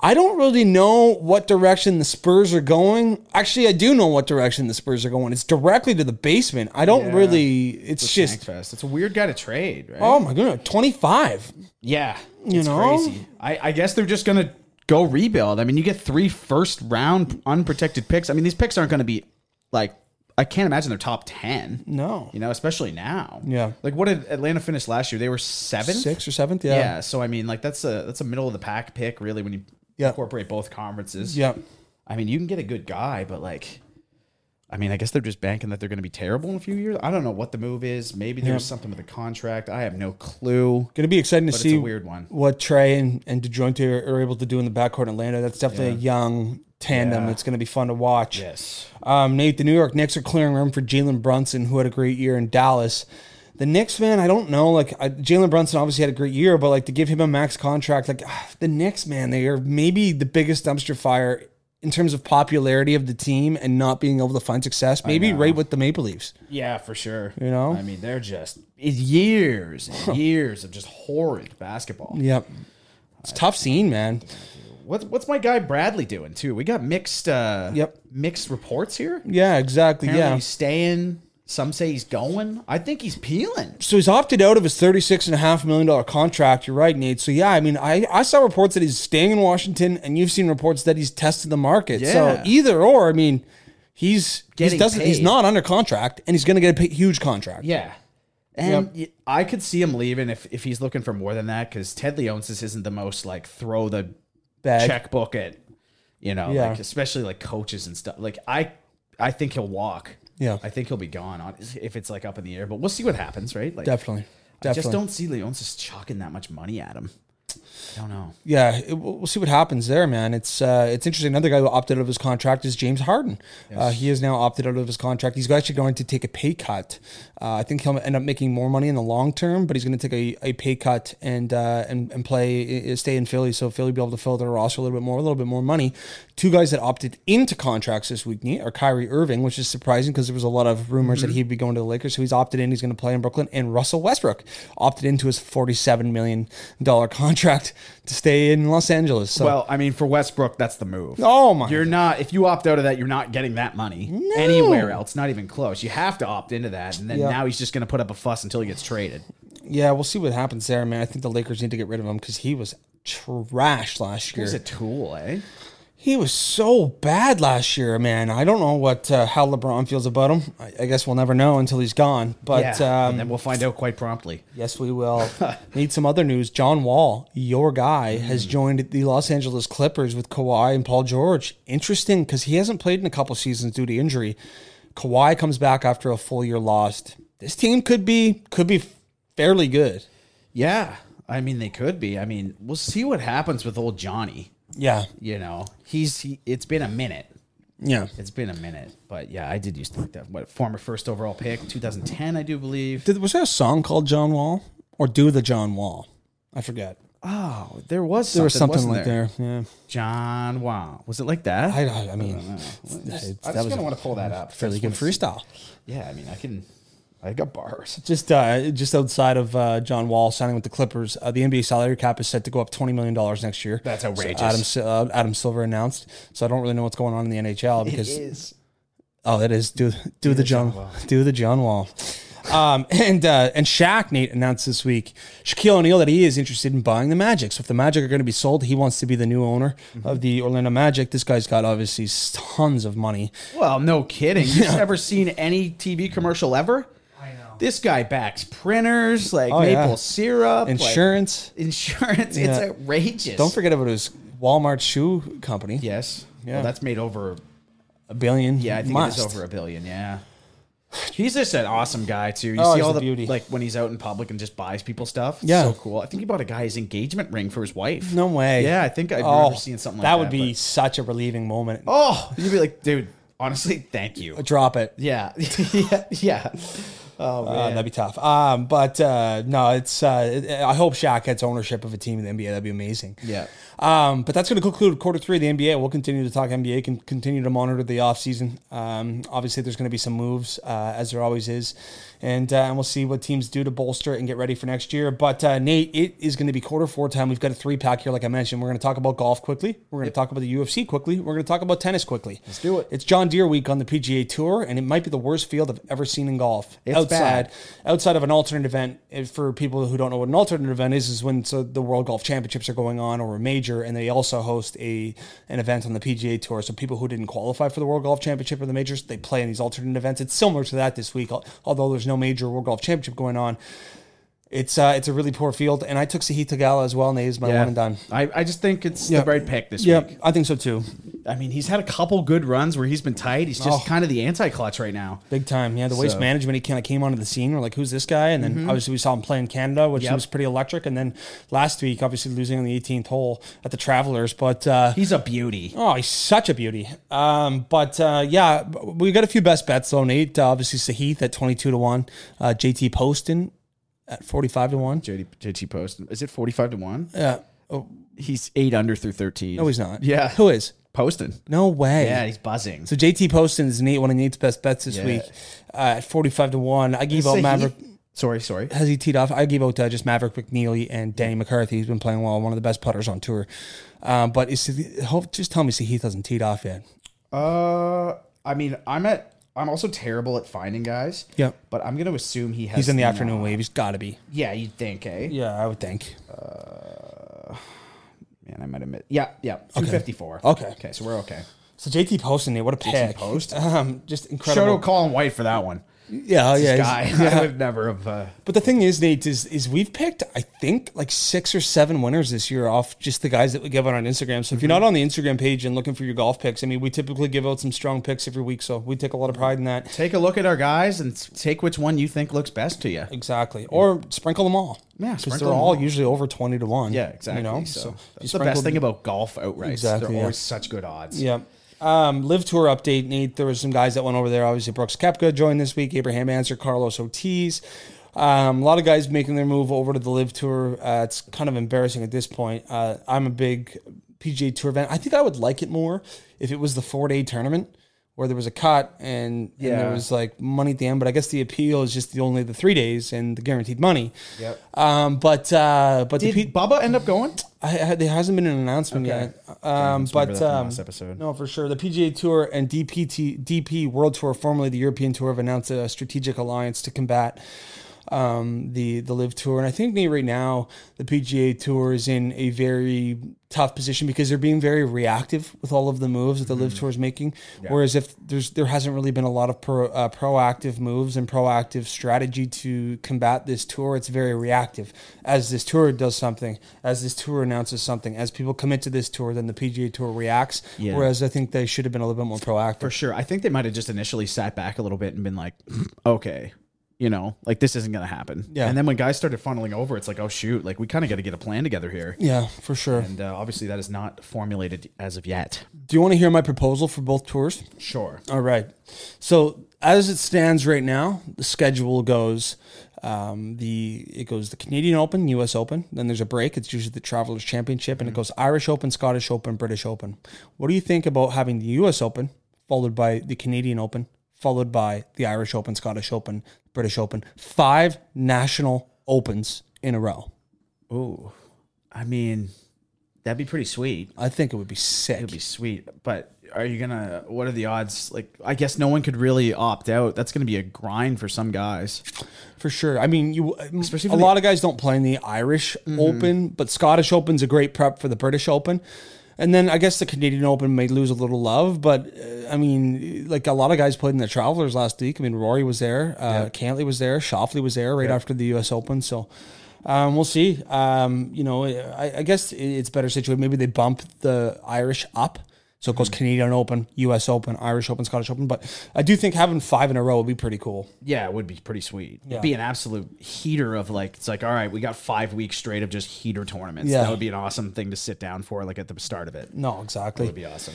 B: I don't really know what direction the Spurs are going. Actually, I do know what direction the Spurs are going. It's directly to the basement. I don't really. It's just
C: Fest. It's a weird guy to trade, right?
B: oh my goodness, twenty five.
C: Yeah, you
B: know?
C: I, I guess they're just gonna go rebuild. I mean, you get three first round unprotected picks. I mean, these picks aren't gonna be like I can't imagine they're top ten.
B: No.
C: you know, especially now.
B: Yeah.
C: like what did Atlanta finish last year? They were seventh,
B: sixth or seventh.
C: Yeah.
B: Yeah.
C: so I mean, like that's a that's a middle of the pack pick, really, when you
B: Yeah.
C: incorporate both conferences.
B: Yeah.
C: I mean, you can get a good guy, but like. I mean, I guess they're just banking that they're going to be terrible in a few years. I don't know what the move is. Maybe there's something with the contract. I have no clue.
B: Going to be exciting to
C: But it's
B: see
C: a weird one.
B: what Trey and, and DeJounte are, are able to do in the backcourt in Atlanta. That's definitely a young tandem.
C: Yeah.
B: It's going to be fun to watch.
C: Yes.
B: Um, Nate, the New York Knicks are clearing room for Jalen Brunson, who had a great year in Dallas. The Knicks, man, I don't know. Like I, Jalen Brunson obviously had a great year, but like to give him a max contract, like ah, the Knicks, man, they are maybe the biggest dumpster fire in terms of popularity of the team and not being able to find success. Maybe right with the Maple Leafs.
C: Yeah, for sure.
B: You know?
C: I mean, they're just it's years and years of just horrid basketball.
B: Yep. It's a tough scene, man.
C: What's what's my guy Bradley doing too? We got mixed uh
B: Yep.
C: mixed reports here.
B: Yeah, exactly.
C: Apparently
B: Yeah.
C: he's staying. Some say he's going. I think he's peeling.
B: So he's opted out of his $36.5 million contract. You're right, Nate. So, yeah, I mean, I, I saw reports that he's staying in Washington, and you've seen reports that he's tested the market. So,
C: Yeah.
B: either or, I mean, he's he's,
C: Getting
B: doesn't, he's
C: paid.
B: not under contract, and he's going to get a pa- huge contract.
C: Yeah. And y I I could see him leaving if, if he's looking for more than that because Ted Leonsis isn't the most like throw the
B: Bag.
C: checkbook at you know
B: Yeah.
C: like especially like coaches and stuff. Like I I think he'll walk.
B: Yeah.
C: I think he'll be gone on if it's like up in the air, but we'll see what happens, right? Like
B: Definitely.
C: I
B: Definitely.
C: just don't see Leonsis chucking that much money at him. I don't know.
B: yeah, it- we'll we'll see what happens there, man. It's uh, it's interesting. Another guy who opted out of his contract is James Harden. Uh, he is now opted out of his contract. He's actually going to take a pay cut. Uh, I think he'll end up making more money in the long term, but he's going to take a, a pay cut and uh, and and play uh, stay in Philly. So Philly will be able to fill their roster a little bit more, a little bit more money. Two guys that opted into contracts this week Nate, are Kyrie Irving, which is surprising because there was a lot of rumors
C: Mm-hmm.
B: that he'd be going to the Lakers. So he's opted in. He's going to play in Brooklyn. And Russell Westbrook opted into his forty-seven million dollar contract to stay in Los Angeles. So
C: Well, I mean, for Westbrook, that's the move.
B: Oh my
C: You're not if you opt out of that, you're not getting that money anywhere else. Not even close. You have to opt into that, and then
B: Yeah.
C: now he's just going to put up a fuss until he gets traded.
B: yeah, we'll see what happens there, man. I think the Lakers need to get rid of him because he was trash last year.
C: He's a tool, eh?
B: He was so bad last year, man. I don't know what uh, how LeBron feels about him. I, I guess we'll never know until he's gone. But
C: yeah,
B: um,
C: and then we'll find out quite promptly.
B: Yes, we will. Need some other news. John Wall, your guy, has joined the Los Angeles Clippers with Kawhi and Paul George. Interesting because he hasn't played in a couple seasons due to injury. Kawhi comes back after a full year lost. This team could be could be fairly good.
C: Yeah, I mean they could be. I mean, we'll see what happens with old Johnny.
B: Yeah,
C: You know, he's he, it's been a minute.
B: yeah.
C: It's been a minute, but yeah, I did used to like that. What former first overall pick, 2010, I do believe.
B: Did, was there a song called John Wall or Do the John Wall? I forget.
C: Oh, there was something,
B: There was something
C: wasn't
B: like
C: there.
B: there. Yeah.
C: John Wow, was it like that?
B: I, I, I mean, it's-
C: I'm
B: that
C: just
B: was
C: gonna
B: a
C: want to pull that up.
B: fairly good
C: Just wanna see-
B: freestyle.
C: Yeah, I mean, I can. I got bars.
B: Just uh, just outside of uh, John Wall signing with the Clippers, uh, the NBA salary cap is set to go up twenty million dollars next year.
C: That's outrageous.
B: So Adam Si- uh, Adam Silver announced. So I don't really know what's going on in the NHL because
C: is.
B: oh, that is do do the John, do the John Wall. Um, and uh, and Shaq Nate announced this week Shaquille O'Neal that he is interested in buying the Magic. So if the Magic are going to be sold, he wants to be the new owner of the Orlando Magic. This guy's got obviously tons of money.
C: Well, no kidding. You've ever seen any TV commercial ever? I know. This guy backs printers like
B: Oh, yeah.
C: maple syrup, like
B: Insurance.
C: insurance. It's
B: Yeah.
C: outrageous.
B: Don't forget about his Walmart shoe company.
C: Yes.
B: Yeah.
C: Well, that's made over.
B: A billion.
C: Yeah, I think
B: must.
C: it's over a billion. Yeah. He's just an awesome guy too. You
B: Oh,
C: see
B: he's
C: all
B: a
C: the
B: beauty.
C: like when he's out in public and just buys people stuff. It's
B: Yeah.
C: so cool. I think he bought a guy his engagement ring for his wife.
B: No way. Oh,
C: Yeah, I think I've remember seeing something like that.
B: that would be
C: but-
B: such a relieving moment.
C: oh, you'd be like, dude. Honestly, thank you.
B: Drop it.
C: Yeah, yeah, yeah. Oh man,
B: Uh, that'd be tough. Um, but uh, no, it's. Uh, it- I hope Shaq gets ownership of a team in the NBA. That'd be amazing.
C: Yeah.
B: Um, but that's going to conclude quarter three of the NBA. We'll continue to talk NBA. Can continue to monitor the offseason. Um, obviously, there's going to be some moves uh, as there always is, and uh, and we'll see what teams do to bolster it and get ready for next year. But uh, Nate, it is going to be quarter four time. We've got a three pack here, like I mentioned. We're going to talk about golf quickly. We're going to talk about the UFC quickly. We're going to talk about tennis quickly. Let's
C: do it.
B: It's John Deere week on the PGA Tour, and it might be the worst field I've ever seen in golf
C: It's
B: outside
C: bad.
B: outside of an alternate event, if- for people who don't know what an alternate event is, is when so the World Golf Championships are going on or a major, and they also host a an event on the PGA Tour. So people who didn't qualify for the World Golf Championship or the majors, they play in these alternate events. It's similar to that this week, al- although there's no major World Golf Championship going on. It's uh, it's a really poor field, and I took Sahith Tagala as well, and they is my
C: Yeah.
B: one and done.
C: I, I just think it's
B: Yeah.
C: the right pick this week.
B: I think so too,
C: I mean, he's had a couple good runs where he's been tight. He's just
B: Oh.
C: kind of the anti-clutch right now.
B: big time. Yeah, the waste
C: So-
B: management he kind of came onto the scene. We're like, who's this guy? And then obviously we saw him play in Canada, which he
C: Mm-hmm. Yep.
B: was pretty electric. And then last week, obviously losing on the 18th hole at the Travelers, but uh,
C: He's a beauty.
B: Oh, he's such a beauty. Um, but uh, yeah, b- we got a few best bets though, Nate. Uh, obviously, Sahith at 22 to 1, uh, JT Poston at 45 to 1.
C: JD, JT Post. Is it 45 to 1?
B: Yeah. Oh.
C: He's 8 under through 13.
B: No, he's not.
C: Yeah.
B: Who is?
C: Poston.
B: No way.
C: Yeah, he's buzzing.
B: So JT Poston is Nate, one of Nate's best bets this
C: Yeah.
B: week uh, at 45 to 1. I gave out
C: Sahith-
B: Maverick.
C: Sorry, sorry.
B: Has he teed off? I gave out uh, just Maverick McNeely and Danny McCarthy. He's been playing well, one of the best putters on tour. Um, but is, hope, just tell me Sahith hasn't teed off yet.
C: Uh, I mean, I'm at. I'm also terrible at finding guys.
B: Yep.
C: But I'm gonna assume he has.
B: He's in the
C: not-
B: afternoon wave. He's got to be.
C: Yeah, you'd think, eh?
B: Yeah, I would think.
C: Man, I might admit. Yeah, yeah. 254.
B: Okay.
C: Okay, so we're okay.
B: So JT Poston, there, what a pick!
C: Post?
B: um, just
C: Shout
B: incredible.
C: out Colin White for that one.
B: yeah, oh, yeah, he's-
C: Guy, I would never have. Uh,
B: But the thing is, Nate, is is we've picked I think like six or seven winners this year off just the guys that we give out on Instagram. So if you're not on the Instagram page and looking for your golf picks, I mean, we typically give out some strong picks every week, so we take a lot of pride in that.
C: take a look at our guys and s- take which one you think looks best to you.
B: Exactly, or sprinkle them all.
C: Yeah,
B: because
C: sprinkle
B: they're
C: them
B: all
C: all.
B: usually over twenty to one.
C: Yeah, exactly.
B: You know,
C: so,
B: so,
C: that's
B: you
C: the best
B: sprinkle-
C: thing about golf outrights.
B: Exactly,
C: They're
B: yeah.
C: always such good odds.
B: Yeah. Um, live tour update, Nate. There was some guys that went over there. Obviously, Brooks Kepka joined this week. Abraham Answer, Carlos Ortiz. Um, a lot of guys making their move over to the live tour. Uh, it's kind of embarrassing at this point. Uh, I'm a big PGA Tour event. I think I would like it more if it was the four day tournament where there was a cut and, and there
C: Yeah.
B: was like money at the end. But I guess the appeal is just the only the three days and the guaranteed money.
C: Yep.
B: Um, but uh, but
C: Did
B: the P-
C: Bubba end up going?
B: I, I, there hasn't been an announcement yet. Um,
C: just remember
B: but
C: that from
B: um,
C: last episode.
B: no, for sure. The PGA Tour and DPT, DP World Tour, formerly the European Tour, have announced a strategic alliance to combat um, the the Live Tour. And I think Nate, right now, the PGA Tour is in a very tough position because they're being very reactive with all of the moves that the
C: Mm-hmm.
B: Live Tour is making. Whereas if there's there hasn't really been a lot of pro, uh, proactive moves and proactive strategy to combat this tour, it's very reactive. As this tour does something, as this tour announces something, as people commit to this tour, then the PGA Tour reacts.
C: Yeah.
B: Whereas I think they should have been a little bit more proactive.
C: For sure. I think they might have just initially sat back a little bit and been like, okay, you know, like this isn't going to happen.
B: Yeah.
C: And then when guys started funneling over, it's like, oh, shoot, like we kind of got to get a plan together here.
B: Yeah, for sure.
C: And uh, obviously that is not formulated as of yet.
B: Do you want to hear my proposal for both tours?
C: Sure.
B: All right. So as it stands right now, the schedule goes um, the it goes the Canadian Open, U.S. Open. Then there's a break. It's usually the Travelers Championship, and it goes Irish Open, Scottish Open, British Open. What do you think about having the U.S. Open followed by the Canadian Open, followed by the Irish Open, Scottish Open, British Open? Five national opens in a row.
C: Ooh. I mean, that'd be pretty sweet.
B: I think it would be sick.
C: It'd be sweet. But are you going to, what are the odds? Like, I guess no one could really opt out. That's going to be a grind for some guys.
B: For sure. I mean, you uh,
C: Especially
B: a
C: for the-
B: lot of guys don't play in the Irish Open, but Scottish Open's a great prep for the British Open. And then I guess the Canadian Open may lose a little love, but uh, I mean, like a lot of guys played in the Travelers last week. I mean, Rory was there, uh, Cantley was there, Shoffley was there right after the U.S. Open. So um, we'll see. Um, you know, I, I guess it's better situated. Maybe they bump the Irish up. So it goes Canadian Open, U.S. Open, Irish Open, Scottish Open. But I do think having five in a row would be pretty cool.
C: Yeah, it would be pretty sweet. It'd be an absolute heater of like it's like all right, we got five weeks straight of just heater tournaments.
B: Yeah.
C: That would be an awesome thing to sit down for, like at the start of it.
B: No, exactly.
C: That'd be awesome.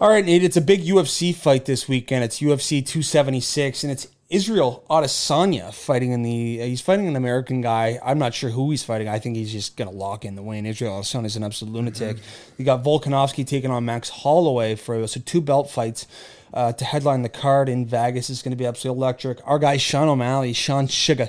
B: All right, Nate. It's a big UFC fight this weekend. It's UFC 276, and it's Israel Adesanya fighting in the. uh, He's fighting an American guy. I'm not sure who he's fighting. I think he's just gonna lock in the win. Israel Adesanya is an absolute lunatic. You got Volkanovski taking on Max Holloway for so two belt fights. Uh, to headline the card in Vegas is going to be absolutely electric. Our guy Sean O'Malley, Sean Sugar,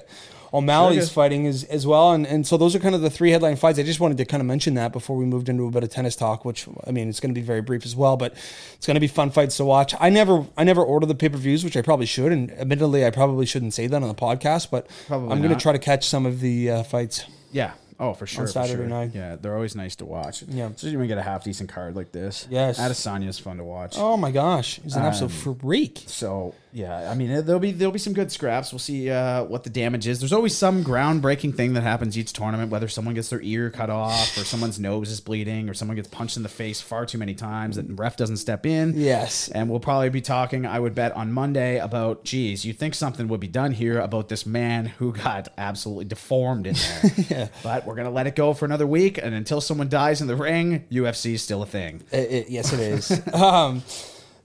B: O'Malley's
C: Sugar.
B: fighting as, as well. And, and so those are kind of the three headline fights. I just wanted to kind of mention that before we moved into a bit of tennis talk, which I mean, it's going to be very brief as well, but it's going to be fun fights to watch. I never, I never order the pay-per-views, which I probably should. And admittedly, I probably shouldn't say that on the podcast, but
C: Probably
B: I'm going to
C: not.
B: try to catch some of the uh, fights.
C: Yeah. Oh, for sure. for
B: Saturday
C: sure.
B: night.
C: Yeah, they're always nice to watch.
B: Yeah.
C: Especially when you get a half decent card like this.
B: Yes.
C: Adesanya's fun to watch.
B: Oh my gosh. He's an
C: Um,
B: absolute freak.
C: So yeah, I mean there'll be there'll be some good scraps. We'll see uh, what the damage is. There's always some groundbreaking thing that happens each tournament, whether someone gets their ear cut off, or someone's nose is bleeding, or someone gets punched in the face far too many times and ref doesn't step in.
B: Yes.
C: And we'll probably be talking, I would bet, on Monday about, geez, you think something would be done here about this man who got absolutely deformed in there. But we're gonna let it go for another week, and until someone dies in the ring, UFC is still a thing.
B: It- it- yes, it is. um,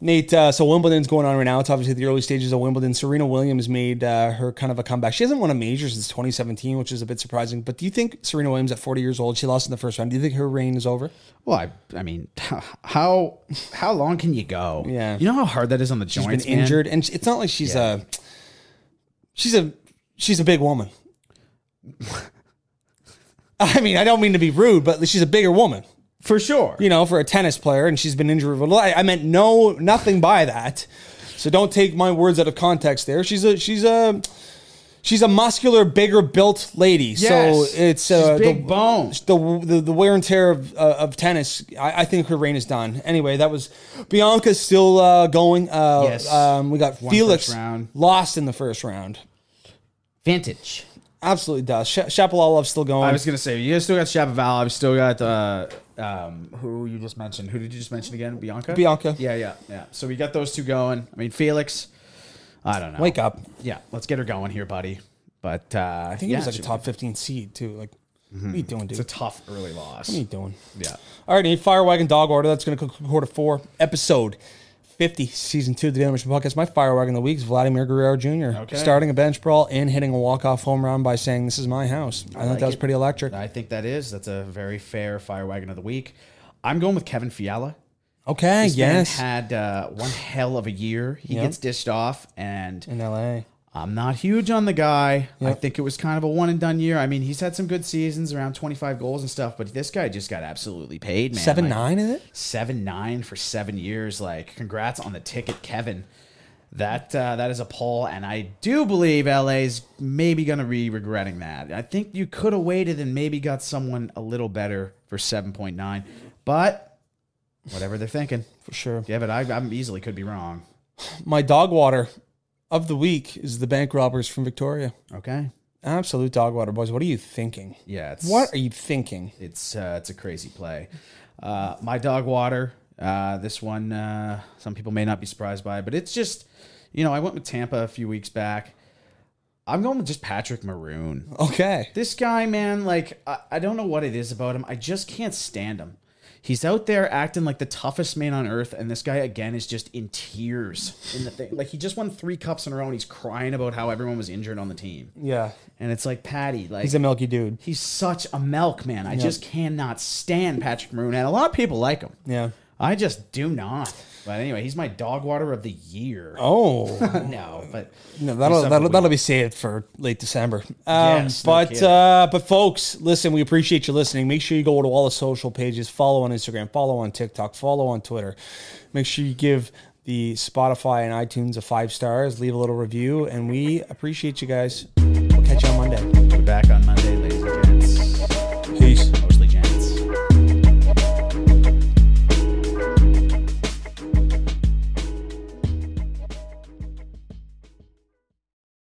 B: Nate, uh, so Wimbledon's going on right now. It's obviously the early stages of Wimbledon. Serena Williams made uh, her kind of a comeback. She hasn't won a major since 2017, which is a bit surprising. But do you think Serena Williams, at 40 years old, she lost in the first round? Do you think her reign is over?
C: Well, I, I mean, how how long can you go?
B: Yeah.
C: you know how hard that is on the
B: She's
C: joints.
B: been
C: man?
B: injured, and it's not like she's a she's a she's a big woman. I mean, I don't mean to be rude, but she's a bigger woman.
C: for sure.
B: you know, for a tennis player, and she's been injured. with- I, I meant no, nothing by that. So don't take my words out of context. There, she's a she's a she's a muscular, bigger built lady.
C: Yes.
B: So it's
C: She's
B: uh,
C: big boned.
B: the, the the wear and tear of uh, of tennis. I, I think her reign is done. Anyway, that was Bianca's still uh, going. Uh,
C: Yes.
B: um, we got
C: Won
B: Felix
C: first round.
B: lost in the first round.
C: Vintage.
B: Absolutely does. Sh- Shapovalov's still going.
C: I was gonna say you guys still got Shapovalov. I've still got uh, um, who you just mentioned. Who did you just mention again? Bianca.
B: Bianca.
C: Yeah, yeah, yeah. So we got those two going. I mean, Felix. I don't know.
B: Wake up.
C: Yeah, let's get her going here, buddy. But uh,
B: I think he was like a top fifteen seed too. Like, what are you doing, dude?
C: Mm-hmm. It's a tough early loss.
B: what are you doing?
C: Yeah.
B: All right, Nate, Fire Wagon Dog Order. That's going to conclude quarter four, episode 50, season two of the Daily Mission Podcast. My Fire Wagon of the Week is Vladimir Guerrero Jr.
C: Okay.
B: Starting a bench brawl and hitting a walk-off home run by saying, this is my house. I, thought
C: like
B: that was
C: it.
B: pretty electric.
C: I think that is. That's a very fair fire wagon of the week. I'm going with Kevin Fiala.
B: Okay,
C: This man
B: yes.
C: had uh, one hell of a year. He
B: Yeah.
C: gets dished off, and
B: In L.A.
C: I'm not huge on the guy. I
B: Yeah.
C: think it was kind of a one and done year. I mean, he's had some good seasons, around 25 goals and stuff, but this guy just got absolutely paid, man.
B: 7-9
C: Like,
B: is it?
C: seven nine for seven years. Like, congrats on the ticket, Kevin. That uh, that is a pull, and I do believe LA's maybe going to be regretting that. I think you could have waited and maybe got someone a little better for seven point nine, but whatever they're thinking,
B: For sure.
C: yeah. But I I'm easily could be wrong.
B: My dog water of the week is the bank robbers from Victoria.
C: Okay,
B: Absolute dog water, boys. What are you thinking?
C: yeah. It's,
B: What are you thinking?
C: It's uh, it's a crazy play. Uh, my dog water. Uh, this one, uh, some people may not be surprised by, but it's just, you know, I went with Tampa a few weeks back. I'm going with just Patrick Maroon.
B: Okay.
C: This guy, man, like I, I don't know what it is about him. I just can't stand him. He's out there acting like the toughest man on earth, and this guy again is just in tears in the thing. Like he just won three cups in a row, and he's crying about how everyone was injured on the team.
B: Yeah.
C: And it's like Patty, like
B: He's a milky dude.
C: He's such a milk man. I just cannot stand Patrick Maroon, and a lot of people like him.
B: Yeah.
C: I just do not. But anyway, he's my dog water of the year.
B: Oh.
C: no, but
B: No, that'll that'll,
C: Something
B: that'll be saved for late December. Um,
C: Yes, no
B: but
C: kidding.
B: uh, but folks, listen, we appreciate you listening. Make sure you go to all the social pages, follow on Instagram, follow on TikTok, follow on Twitter. Make sure you give the Spotify and iTunes a five stars, leave a little review, and we appreciate you guys. We'll catch you on Monday.
C: we'll be back on Monday.